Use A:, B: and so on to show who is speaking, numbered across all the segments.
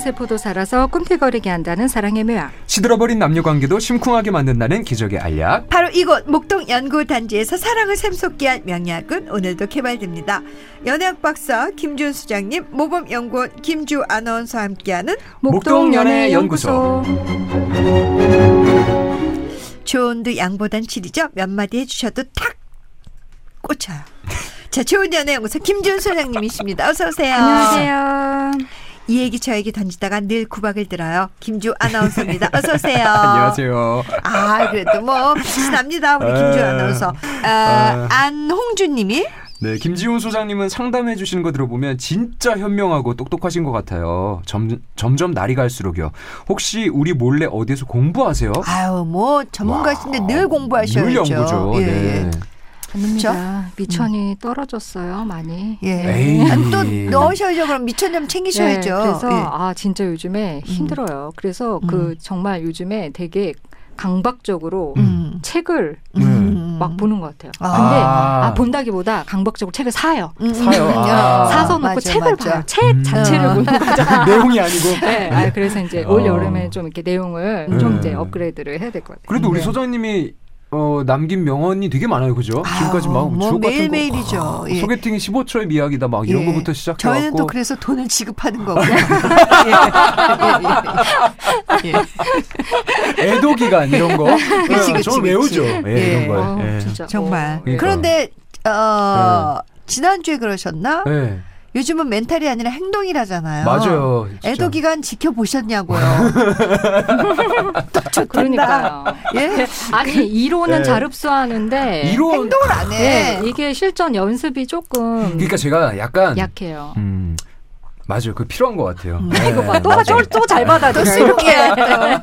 A: 세포도 살아서 꿈틀거리게 한다는 사랑의 묘약.
B: 시들어버린 남녀 관계도 심쿵하게 만든다는 기적의 알약.
C: 바로 이곳 목동 연구단지에서 사랑을 샘솟게 한 명약은 오늘도 개발됩니다. 연예학 박사 김준 수장님, 모범연구원 김주 아나운서와 함께하는
B: 목동연애연구소.
C: 조언도 양보단 질이죠. 몇 마디 해주셔도 탁 꽂혀요. 자, 좋은 연애연구소 김준 소장님이십니다. 어서 오세요. 아.
A: 안녕하세요.
C: 이 얘기 저 얘기 던지다가 늘 구박을 들어요. 김주 아나운서입니다. 어서 오세요.
B: 안녕하세요.
C: 아, 그래도 뭐 빛이 납니다. 우리 김주
B: 에.
C: 아나운서. 어,
B: 아.
C: 안홍주님이
B: 네, 김지훈 소장님은 상담해 주시는 거 들어보면 진짜 현명하고 똑똑하신 것 같아요. 점, 점점 날이 갈수록요. 혹시 우리 몰래 어디에서 공부하세요?
C: 아유 뭐 전문가신데
B: 와우,
C: 늘 공부하셔야죠.
B: 늘 연구죠.
C: 예,
B: 네.
A: 아닙니다. 미천이 떨어졌어요, 많이.
C: 예. 예.
B: 에이.
C: 아니, 또 넣으셔야죠. 그럼 미천 좀 챙기셔야죠.
A: 네, 그래서
C: 예. 음.
A: 아 진짜 요즘에 힘들어요. 그래서 그 정말 요즘에 되게 강박적으로
C: 음.
A: 책을
B: 네.
C: 음.
A: 막 보는 것 같아요.
C: 아.
A: 근데
B: 아.
A: 아, 본다기보다 강박적으로 책을 사요.
C: 음,
B: 사요.
C: 음,
B: 아.
C: 음.
A: 사서 놓고
C: 맞아,
A: 책을
C: 맞아.
A: 봐요. 책
B: 음.
A: 자체를
C: 어.
A: 보는 거죠.
B: 내용이 아니고.
A: 네, 아, 그래서 이제
B: 어.
A: 올 여름에 좀 이렇게 내용을
B: 네.
A: 좀 이제 업그레이드를 해야 될 것 같아요.
B: 그래도 우리
C: 네.
B: 소장님이 어, 남긴 명언이 되게 많아요, 그죠?
C: 아유,
B: 지금까지 막
C: 뭐
B: 주옥 같은 거, 아,
C: 매일매일이죠. 예.
B: 소개팅이 15초의 미학이다, 막 아, 이런
C: 예.
B: 거부터 시작해갖고.
C: 저희는 또 그래서 돈을 지급하는 거고. 예. 예. 예.
B: 애도 기간 이런 거.
C: 네. 그치, 그치,
B: 저는
C: 그치.
B: 외우죠. 예,
C: 예.
B: 이런 거.
A: 아우,
B: 예.
A: 어, 진짜.
C: 정말.
A: 어,
B: 그러니까. 네.
C: 그런데 어, 지난주에 그러셨나?
B: 예.
C: 요즘은 멘탈이 아니라 행동이라잖아요.
B: 맞아요. 진짜.
C: 애도 기간 지켜보셨냐고요.
A: 그렇죠. 그러니까요.
C: 예?
A: 아니 이론은
B: 네.
A: 잘 흡수하는데
B: 예. 이론.
C: 행동을 안 해.
A: 네, 이게 실전 연습이 조금
B: 그러니까 제가 약간
A: 약해요.
B: 음. 맞아요. 그 필요한 것 같아요.
C: 음.
B: 예,
A: 이거
C: 뭐
A: 봐,
B: 맞아요.
A: 또또잘 예. 받아.
C: 또 수용해야 돼.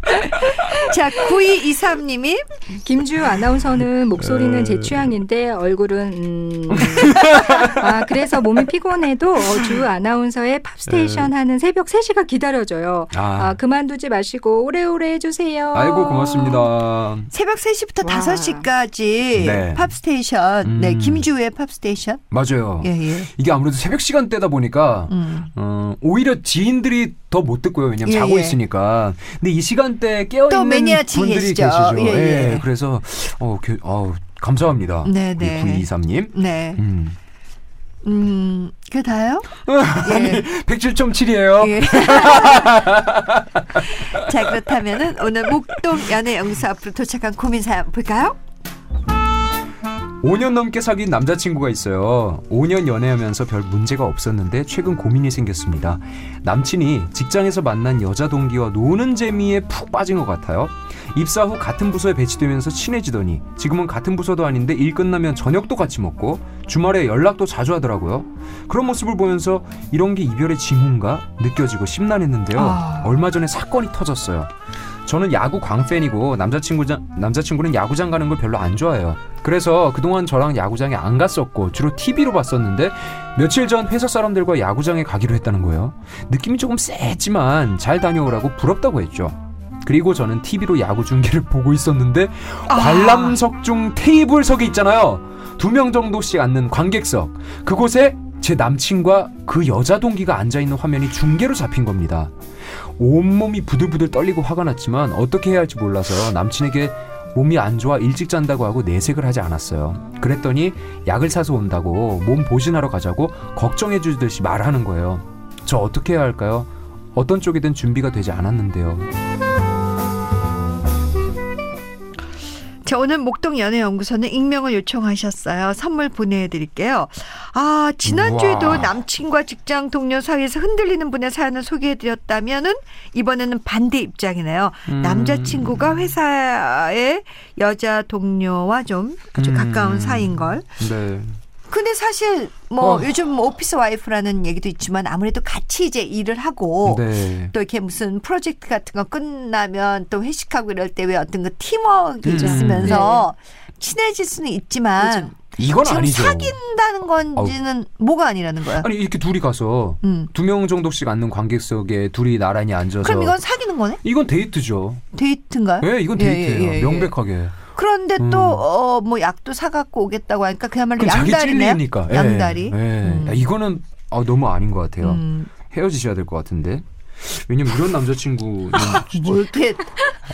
C: 자, 9223님이
A: 김주 아나운서는
B: 음.
A: 목소리는
B: 어.
A: 제 취향인데 얼굴은 음. 아 그래서 몸이 피곤해도 어, 주 아나운서의 팝스테이션 하는 새벽 3시가 기다려져요.
B: 예. 아.
A: 아, 그만두지 마시고 오래오래 해주세요.
B: 아이고 고맙습니다.
C: 새벽 3시부터
A: 와.
C: 5시까지
B: 네.
C: 팝스테이션,
B: 음. 어.
C: 네, 김주의 팝스테이션.
B: 맞아요.
C: 예, 예.
B: 이게 아무래도 새벽 시간대다 보니까
C: 음.
B: 어, 오히려 지인들이 더 못 듣고요. 왜냐면
C: 예,
B: 자고
C: 예.
B: 있으니까. 근데 이 시간대에 깨어
C: 또
B: 있는
C: 매니아층이
B: 분들이
C: 계시죠.
B: 계시죠.
C: 예, 예.
B: 그래서 어, 그, 어 감사합니다.
C: 네, 네.
B: 9223님.
C: 네.
B: 음.
C: 음, 그게 다요? 예.
B: 107.7이에요.
C: 예. 자, 그렇다면은 오늘 목동 연애 영수 앞으로 도착한 고민 사연 볼까요?
B: 5년 넘게 사귄 남자친구가 있어요. 5년 연애하면서 별 문제가 없었는데 최근 고민이 생겼습니다. 남친이 직장에서 만난 여자 동기와 노는 재미에 푹 빠진 것 같아요. 입사 후 같은 부서에 배치되면서 친해지더니 지금은 같은 부서도 아닌데 일 끝나면 저녁도 같이 먹고 주말에 연락도 자주 하더라고요. 그런 모습을 보면서 이런 게 이별의 징후인가 느껴지고 심란했는데요.
C: 아.
B: 얼마 전에 사건이 터졌어요. 저는 야구 광팬이고 남자친구자, 남자친구는 야구장 가는 걸 별로 안 좋아해요. 그래서 그동안 저랑 야구장에 안 갔었고 주로 TV로 봤었는데 며칠 전 회사 사람들과 야구장에 가기로 했다는 거예요. 느낌이 조금 쎄했지만 잘 다녀오라고 부럽다고 했죠. 그리고 저는 TV로 야구 중계를 보고 있었는데 관람석 중 테이블석이 있잖아요. 두 명 정도씩 앉는 관객석. 그곳에 제 남친과 그 여자 동기가 앉아 있는 화면이 중계로 잡힌 겁니다. 온몸이 부들부들 떨리고 화가 났지만 어떻게 해야 할지 몰라서 남친에게 몸이 안 좋아 일찍 잔다고 하고 내색을 하지 않았어요. 그랬더니 약을 사서 온다고 몸 보신하러 가자고 걱정해 주듯이 말하는 거예요. 저 어떻게 해야 할까요? 어떤 쪽이든 준비가 되지 않았는데요.
C: 자, 오늘 목동 연애연구소는 익명을 요청하셨어요. 선물 보내드릴게요. 아, 지난주에도
B: 우와.
C: 남친과 직장 동료 사이에서 흔들리는 분의 사연을 소개해드렸다면은 이번에는 반대 입장이네요.
B: 음.
C: 남자친구가 회사의 여자 동료와 좀 아주
B: 음.
C: 가까운 사이인걸.
B: 네.
C: 근데 사실 뭐
B: 어.
C: 요즘 뭐 오피스 와이프라는 얘기도 있지만 아무래도 같이 이제 일을 하고
B: 네.
C: 또 이렇게 무슨 프로젝트 같은 거 끝나면 또 회식하고 이럴 때 왜 어떤 그 팀워크
B: 음. 네.
C: 있으면서 친해질 수는 있지만
B: 그렇죠. 이건
C: 지금
B: 아니죠.
C: 사귄다는 건지는 뭐가 아니라는 거야.
B: 아니 이렇게 둘이 가서
C: 음.
B: 두 명 정도씩 앉는 관객석에 둘이 나란히 앉아서
C: 그럼 이건 사귀는 거네?
B: 이건 데이트죠.
C: 데이트인가요?
B: 예, 이건
C: 예,
B: 데이트예요.
C: 예, 예, 예.
B: 명백하게.
C: 그런데
B: 음.
C: 또 어 뭐 약도 사갖고 오겠다고 하니까 그야말로
B: 그럼 자기
C: 양다리네요.
B: 찔리니까. 예,
C: 양다리.
B: 예. 야, 이거는 아, 너무 아닌 것 같아요.
C: 음.
B: 헤어지셔야 될 것 같은데. 왜냐면 이런 남자친구는
C: 뭘뭐 이렇게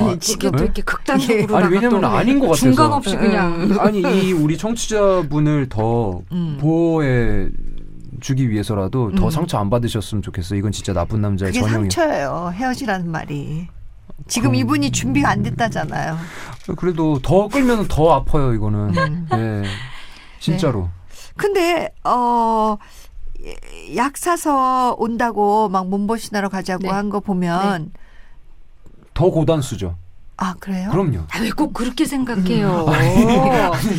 B: 아,
C: 아니,
A: 이게
C: 지금
A: 또
B: 네?
A: 이렇게 극단적으로
B: 아니 왜냐면
A: 나갔더니
B: 아닌 것 같아서
A: 중간 없이 그냥
B: 아니 이 우리 청취자분을 더
C: 음.
B: 보호해 주기 위해서라도 더
C: 음.
B: 상처 안 받으셨으면 좋겠어. 이건 진짜 나쁜 남자의
C: 그게
B: 네, 전형이.
C: 상처예요. 헤어지라는 말이. 지금
B: 그럼-
C: 이분이 준비가 안 됐다잖아요.
B: 그래도 더 끌면 더 아파요 이거는.
A: 음.
B: 예. 진짜로.
C: 근데 어. 약 사서 온다고 막 몸보신하러 가자고
A: 네.
C: 한 거 보면
B: 더 고단수죠.
C: 아
A: 어?
C: 그래요?
B: 그럼요.
A: 왜 꼭 그렇게
B: 음.
A: 생각해요?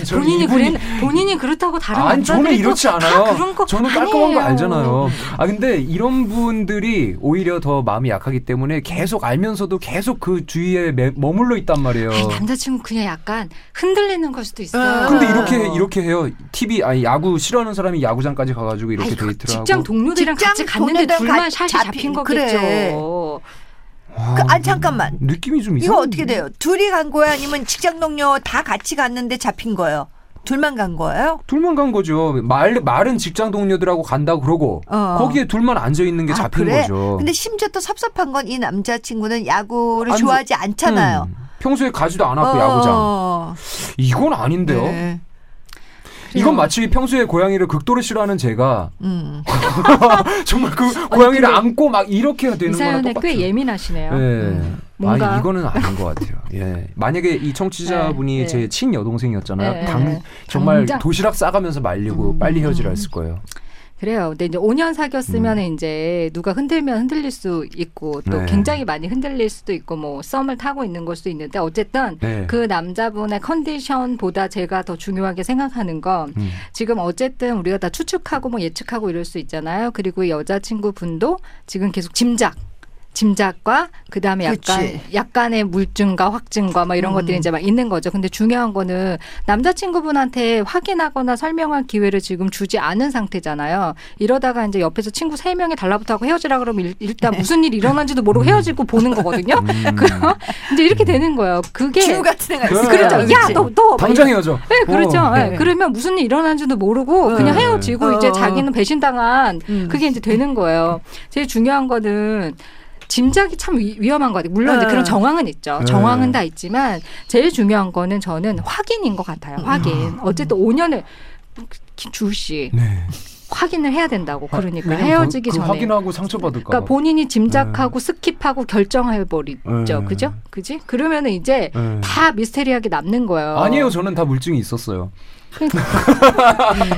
B: 저는
A: 본인이
B: 이분이-
A: 그랬 본인이 그렇다고 다른
B: 아니 저는
A: 남자들이
B: 이렇지
A: 또
B: 않아요.
A: 다 그런 거
B: 저는
A: 아니에요.
B: 깔끔한 거 알잖아요. 아 근데 이런 분들이 오히려 더 마음이 약하기 때문에 계속 알면서도 계속 그 주위에 매- 머물러 있단 말이에요.
A: 아니, 남자친구 그냥 약간 흔들리는 걸 수도
C: 아,
A: 있어요.
B: 근데 이렇게 이렇게 해요. TV 아니 야구 싫어하는 사람이 야구장까지 가가지고 이렇게
A: 아니, 그
B: 데이트를
A: 직장
B: 하고.
A: 동료들이랑
C: 직장
A: 같이 갔는데
C: 동료들이랑
A: 둘만
C: 같이
A: 샷이 잡힌
C: 잡힌- 그래.
A: 거겠죠.
B: 와,
C: 그- 아니, 잠깐만.
B: 느낌이 좀 이상.
C: 이거 어떻게 돼요? 둘이 간 거예요? 아니면 직장 동료 다 같이 갔는데 잡힌 거예요? 둘만 간 거예요?
B: 둘만 간 거죠. 말 말은 직장 동료들하고 간다 그러고
C: 어.
B: 거기에 둘만 앉아 있는 게
C: 아,
B: 잡힌
C: 그래?
B: 거죠.
C: 근데 심지어 또 섭섭한 건 이 남자친구는 야구를
B: 안 좋-
C: 좋아하지 않잖아요.
B: 음, 평소에 가지도 않았고
C: 어,
B: 야구장.
C: 어,
B: 이건 아닌데요.
C: 네.
B: 이건 마치 평소에 고양이를 극도로 싫어하는 제가
C: 음.
B: 정말 그
C: 어,
B: 고양이를 안고 막 이렇게 되는
A: 이
B: 거랑
A: 사연에
B: 똑같아요.
A: 꽤 예민하시네요.
B: 예.
A: 음. 뭔가-
B: 아니 이거는 아닌 것 같아요. 예. 만약에 이 청취자분이
A: 네, 네.
B: 제 친여동생이었잖아요.
A: 네,
B: 당-
A: 네.
B: 정말
A: 당장.
B: 도시락 싸가면서 말리고
A: 음.
B: 빨리 헤어지라 했을 거예요.
A: 그래요. 근데 이제 5년 사귀었으면 이제 누가 흔들면 흔들릴 수 있고 또
B: 음. 네.
A: 굉장히 많이 흔들릴 수도 있고 뭐 썸을 타고 있는 걸 수도 있는데 어쨌든
B: 네.
A: 그 남자분의 컨디션보다 제가 더 중요하게 생각하는 건
B: 음.
A: 지금 어쨌든 우리가 다 추측하고 뭐 예측하고 이럴 수 있잖아요. 그리고 이 여자친구분도 지금 계속 짐작. 짐작과 그다음에 약간
C: 그치.
A: 약간의 물증과 확증과 막 이런
C: 음.
A: 것들이 이제 막 있는 거죠. 근데 중요한 거는 남자친구분한테 확인하거나 설명할 기회를 지금 주지 않은 상태잖아요. 이러다가 이제 옆에서 친구 세 명이 달라붙어고 헤어지라 그러면 일- 일단
C: 네.
A: 무슨 일이 일어난지도 모르고
C: 음.
A: 헤어지고 보는 거거든요.
B: 음.
A: 그럼 이제 이렇게 되는 거예요. 그게
C: 지우 같은 애가 있어요.
B: 그렇죠.
A: 야, 너, 너! 막
B: 당장 헤어져.
A: 네, 그렇죠.
B: 어,
A: 예,
C: 네.
A: 그러면 무슨 일 일어난지도 모르고 그냥
B: 네.
A: 헤어지고
C: 어.
A: 이제 자기는 배신당한
C: 음.
A: 그게 이제 되는 거예요. 제일 중요한 거는 짐작이 참 위, 험한거 같아요. 물론 이제
C: 네.
A: 그런 정황은 있죠.
B: 네.
A: 정황은 다 있지만 제일 중요한 거는 저는 확인인 것 같아요.
C: 음.
A: 확인. 어쨌든 5년을 주씨
B: 네.
A: 확인을 해야 된다고 그러니까
B: 왜냐면
A: 헤어지기
B: 그- 그
A: 전에.
B: 확인하고 상처받을까 봐.
A: 그러니까 본인이 짐작하고 스킵하고 결정해 버리죠.
B: 네.
A: 그죠? 그지? 그러면은 이제
B: 예.
A: 다 미스테리하게 남는 거예요.
B: 아니에요. 저는 다 물증이 있었어요.
A: 그래요.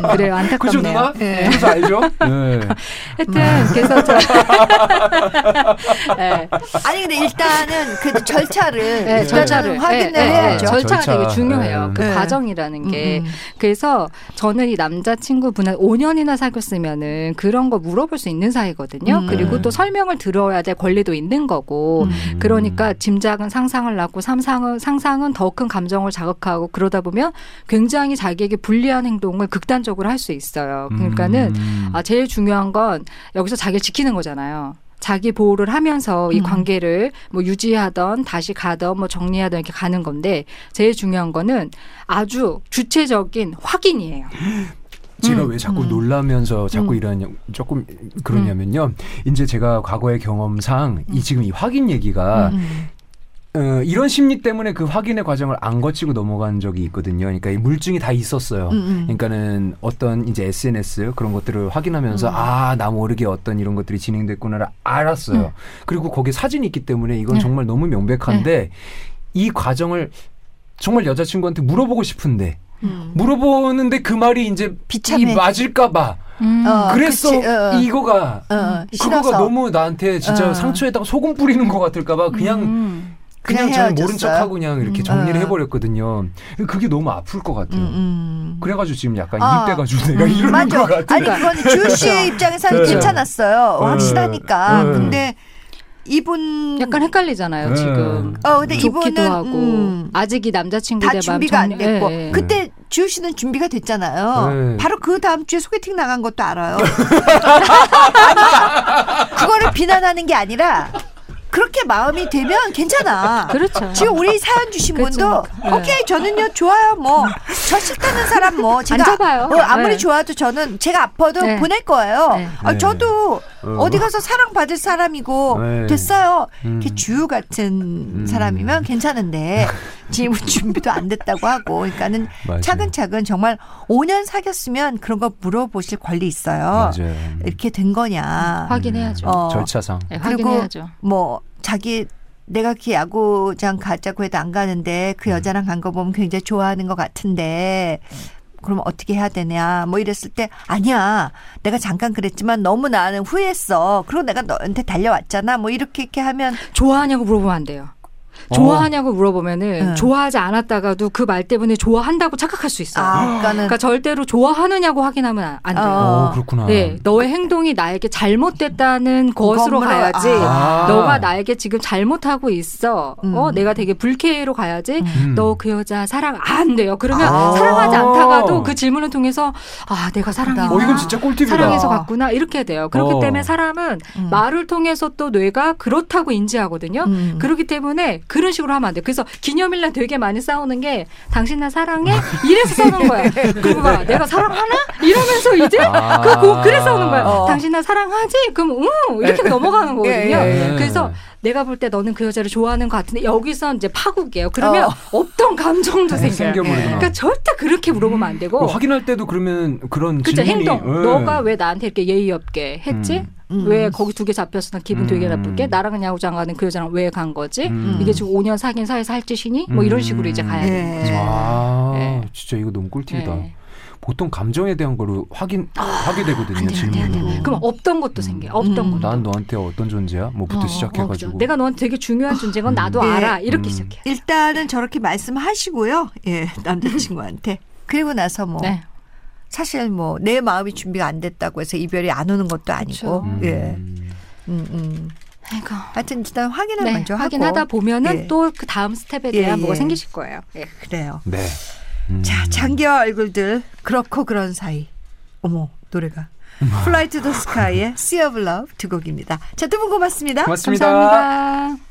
B: 그죠
A: 안타깝네요.
B: 누나?
C: 네.
B: 그래서 알죠? 네.
A: 하여튼 그래서 저 네,
C: 그, 아니 근데 일단은 그 절차를
A: 네,
C: 일단은
A: 절차를 네,
C: 확인을
A: 네,
C: 해야죠.
A: 네, 절차가 예.
B: 절차.
A: 되게 중요해요.
B: 네.
A: 그
C: 네.
A: 과정이라는 게
C: 음, 음.
A: 그래서 저는 이 남자친구분은 5년이나 사귀었으면은 그런 거 물어볼 수 있는 사이거든요.
C: 음.
A: 그리고
B: 네.
A: 또 설명을 들어야 될 권리도 있는 거고.
C: 음.
A: 그러니까 짐작은 상상을 낳고 상상은 상상은 더 큰 감정을 자극하고 그러다 보면 굉장히 자기에게 불리한 행동을 극단적으로 할 수 있어요. 그러니까는
B: 음.
A: 아, 제일 중요한 건 여기서 자기를 지키는 거잖아요. 자기 보호를 하면서 이
C: 음.
A: 관계를 뭐 유지하던 다시 가던 뭐 정리하던 이렇게 가는 건데 제일 중요한 거는 아주 주체적인 확인이에요.
B: 제가
C: 음,
B: 왜 자꾸
C: 음.
B: 놀라면서 자꾸 이러냐 조금
C: 음.
B: 그러냐면요. 이제 제가 과거의 경험상 이 지금 이 확인 얘기가
C: 음.
B: 어, 이런 심리 때문에 그 확인의 과정을 안 거치고 넘어간 적이 있거든요. 그러니까 이 물증이 다 있었어요.
C: 음, 음.
B: 그러니까는 어떤 이제 SNS 그런 것들을
C: 음.
B: 확인하면서 아 나 모르게 어떤 이런 것들이 진행됐구나를 알았어요. 그리고 거기에 사진이 있기 때문에 이건
C: 음. 네.
B: 정말 너무 명백한데 이 과정을 정말 여자친구한테 물어보고 싶은데
C: 음.
B: 물어보는데 그 말이 이제
C: 비참해.
B: 이 맞을까 봐.
C: 어,
B: 그랬어
C: 그치, 어, 어.
B: 이거가
C: 어,
A: 음.
C: 어, 싫어서
B: 그거가 너무 나한테 진짜
C: 어.
B: 상처에다가 소금 뿌리는 것 같을까 봐 그냥
A: 음.
B: 그냥
C: 그냥
B: 저는 모른
C: 헤어졌어요?
B: 척하고 그냥 이렇게 정리를
C: 어.
B: 해버렸거든요. 그게 너무 아플 것 같아요.
C: 음, 음.
B: 그래가지고 지금 약간
C: 아.
B: 이입돼가지고 내가
A: 음,
B: 이러는
C: 맞아.
B: 것 같아.
C: 아니 그건 주 씨의 입장에서는
B: 네.
C: 괜찮았어요.
B: 네.
C: 확실하니까.
B: 네.
C: 근데 이분
A: 약간 헷갈리잖아요
B: 네.
A: 지금.
C: 어 근데
A: 좋기도
C: 이분은
A: 하고
C: 음,
A: 아직 이 남자친구에
C: 다
A: 대한 마음
C: 준비가 안
A: 정리-
C: 됐고
A: 예, 예.
C: 그때 주 씨는 준비가 됐잖아요.
B: 네.
C: 바로 그 다음 주에 소개팅 나간 것도 알아요. 그러니까 그거를 비난하는 게 아니라 그렇게 마음이 되면 괜찮아.
A: 그렇죠.
C: 지금 우리 사연 주신
A: 그치,
C: 분도
A: 네.
C: 오케이 저는요 좋아요 뭐 저 싫다는 사람 뭐 제가
A: 앉아봐요.
C: 어, 아무리
A: 네.
C: 좋아도 저는 제가 아파도
A: 네.
C: 보낼 거예요.
A: 네.
C: 아,
B: 네.
C: 저도
B: 어.
C: 어. 디 가서 사랑 받을 사람이고
B: 네.
C: 됐어요.
B: 음.
C: 이렇게 주유 같은
B: 음.
C: 사람이면 괜찮은데 지금 준비도 안 됐다고 하고 그러니까는
B: 맞아요.
C: 차근차근 정말 5년 사귀었으면 그런 거 물어보실 권리 있어요.
B: 맞아요.
C: 이렇게 된 거냐.
A: 음. 확인해야죠.
C: 어.
B: 절차상.
A: 네,
C: 그리고-
A: 확인해야죠.
C: 뭐 자기 내가 그 야구장 가자고 해도 안 가는데 그 여자랑 간 거 보면 굉장히 좋아하는 것 같은데 그럼 어떻게 해야 되냐 뭐 이랬을 때 아니야 내가 잠깐 그랬지만 너무 나는 후회했어 그리고 내가 너한테 달려왔잖아 뭐 이렇게 이렇게 하면
A: 좋아하냐고 물어보면 안 돼요.
B: 어.
A: 좋아하냐고 물어보면은
C: 응.
A: 좋아하지 않았다가도 그 말 때문에 좋아한다고 착각할 수 있어요.
C: 아 그러니까는
A: 그러니까 절대로 좋아하느냐고 확인하면 안- 안 돼요.
C: 어.
B: 어, 그렇구나.
A: 네, 너의 행동이 나에게 잘못됐다는 것으로
C: 건물을-
A: 가야지.
B: 그 아.
A: 너가 나에게 지금 잘못하고 있어. 어,
C: 음.
A: 내가 되게 불쾌해로 가야지.
B: 음.
A: 너 그 여자 사랑 안 돼요. 그러면
C: 아.
A: 사랑하지 않다가도 그 질문을 통해서 아, 내가 사랑했나?
B: 어, 이건 진짜 꿀팁이다.
A: 사랑해서 갔구나 이렇게 돼요. 그렇기
B: 어.
A: 때문에 사람은
C: 음.
A: 말을 통해서 또 뇌가 그렇다고 인지하거든요.
C: 음.
A: 그렇기 때문에 그런 식으로 하면 안 돼요. 그래서 기념일날 되게 많이 싸우는 게 당신 나 사랑해? 이래서 싸우는 거야.
C: 네.
A: 그리고 막 내가 사랑하나? 이러면서 이제
B: 아.
A: 그, 그, 그래서 오는 거야.
C: 어. 네.
A: 당신 나 사랑하지? 그럼, 응! 이렇게 넘어가는 거거든요.
C: 예,
B: 예.
A: 그래서 내가 볼 때 너는 그 여자를 좋아하는 것 같은데, 여기서 이제 파국이에요. 그러면
C: 어.
A: 없던
C: 네.
A: 감정도 생겨요.
B: 네, 생겨버리구나.
A: 그러니까 절대 그렇게 물어보면 안 되고.
B: 어, 확인할 때도 그러면 그런
A: 그죠
B: 질문이
A: 행동.
B: 예.
A: 너가 왜 나한테 이렇게 예의 없게 했지?
C: 음.
A: 왜 거기 두 개 잡혔어? 난 기분 되게
B: 음.
A: 나쁘게. 나랑 야구장 가는 그 여자랑 왜 간 거지?
B: 음.
A: 이게 지금 5년 사귄 사이에서 할 짓이니? 뭐 이런 식으로 이제 가야
C: 음.
A: 되는 거죠.
C: 예.
B: 아,
A: 예.
B: 진짜 이거 너무 꿀팁이다.
A: 예.
B: 보통 감정에 대한 거로 확인 하게 되거든요.
A: 안
C: 네,
A: 돼, 안 돼, 안 돼.
B: 네, 질문으로.
A: 아, 그럼 없던 것도 생겨. 없던
C: 음.
A: 것도.
B: 난 너한테 어떤 존재야? 뭐부터
A: 어, 어,
B: 시작해가지고.
A: 그죠. 내가 너한테 되게 중요한 존재인 건 나도
C: 네.
A: 알아. 이렇게
B: 음.
A: 시작해.
C: 일단은 저렇게 말씀하시고요 예 남자친구한테 그리고 나서
B: 어.
C: 뭐
A: 네.
C: 사실 뭐 내 마음이 준비가 안 됐다고 해서 이별이 안 오는 것도 아니고
A: 그쵸.
B: 음.
C: 예 음, 음.
A: 아이고.
C: 하여튼 일단 확인을
A: 네,
C: 먼저 하고
A: 확인하다 보면은
C: 예.
A: 또 그 다음 스텝에
C: 예,
A: 대한 뭐가
C: 예.
A: 생기실 거예요. 예.
C: 그래요.
B: 네. 음.
C: 자, 장기와 얼굴들 그렇고 그런 사이. 어머, 노래가. Fly to the Sky의 Sea of Love 두 곡입니다. 자, 두 분 고맙습니다.
B: 고맙습니다.
A: 감사합니다.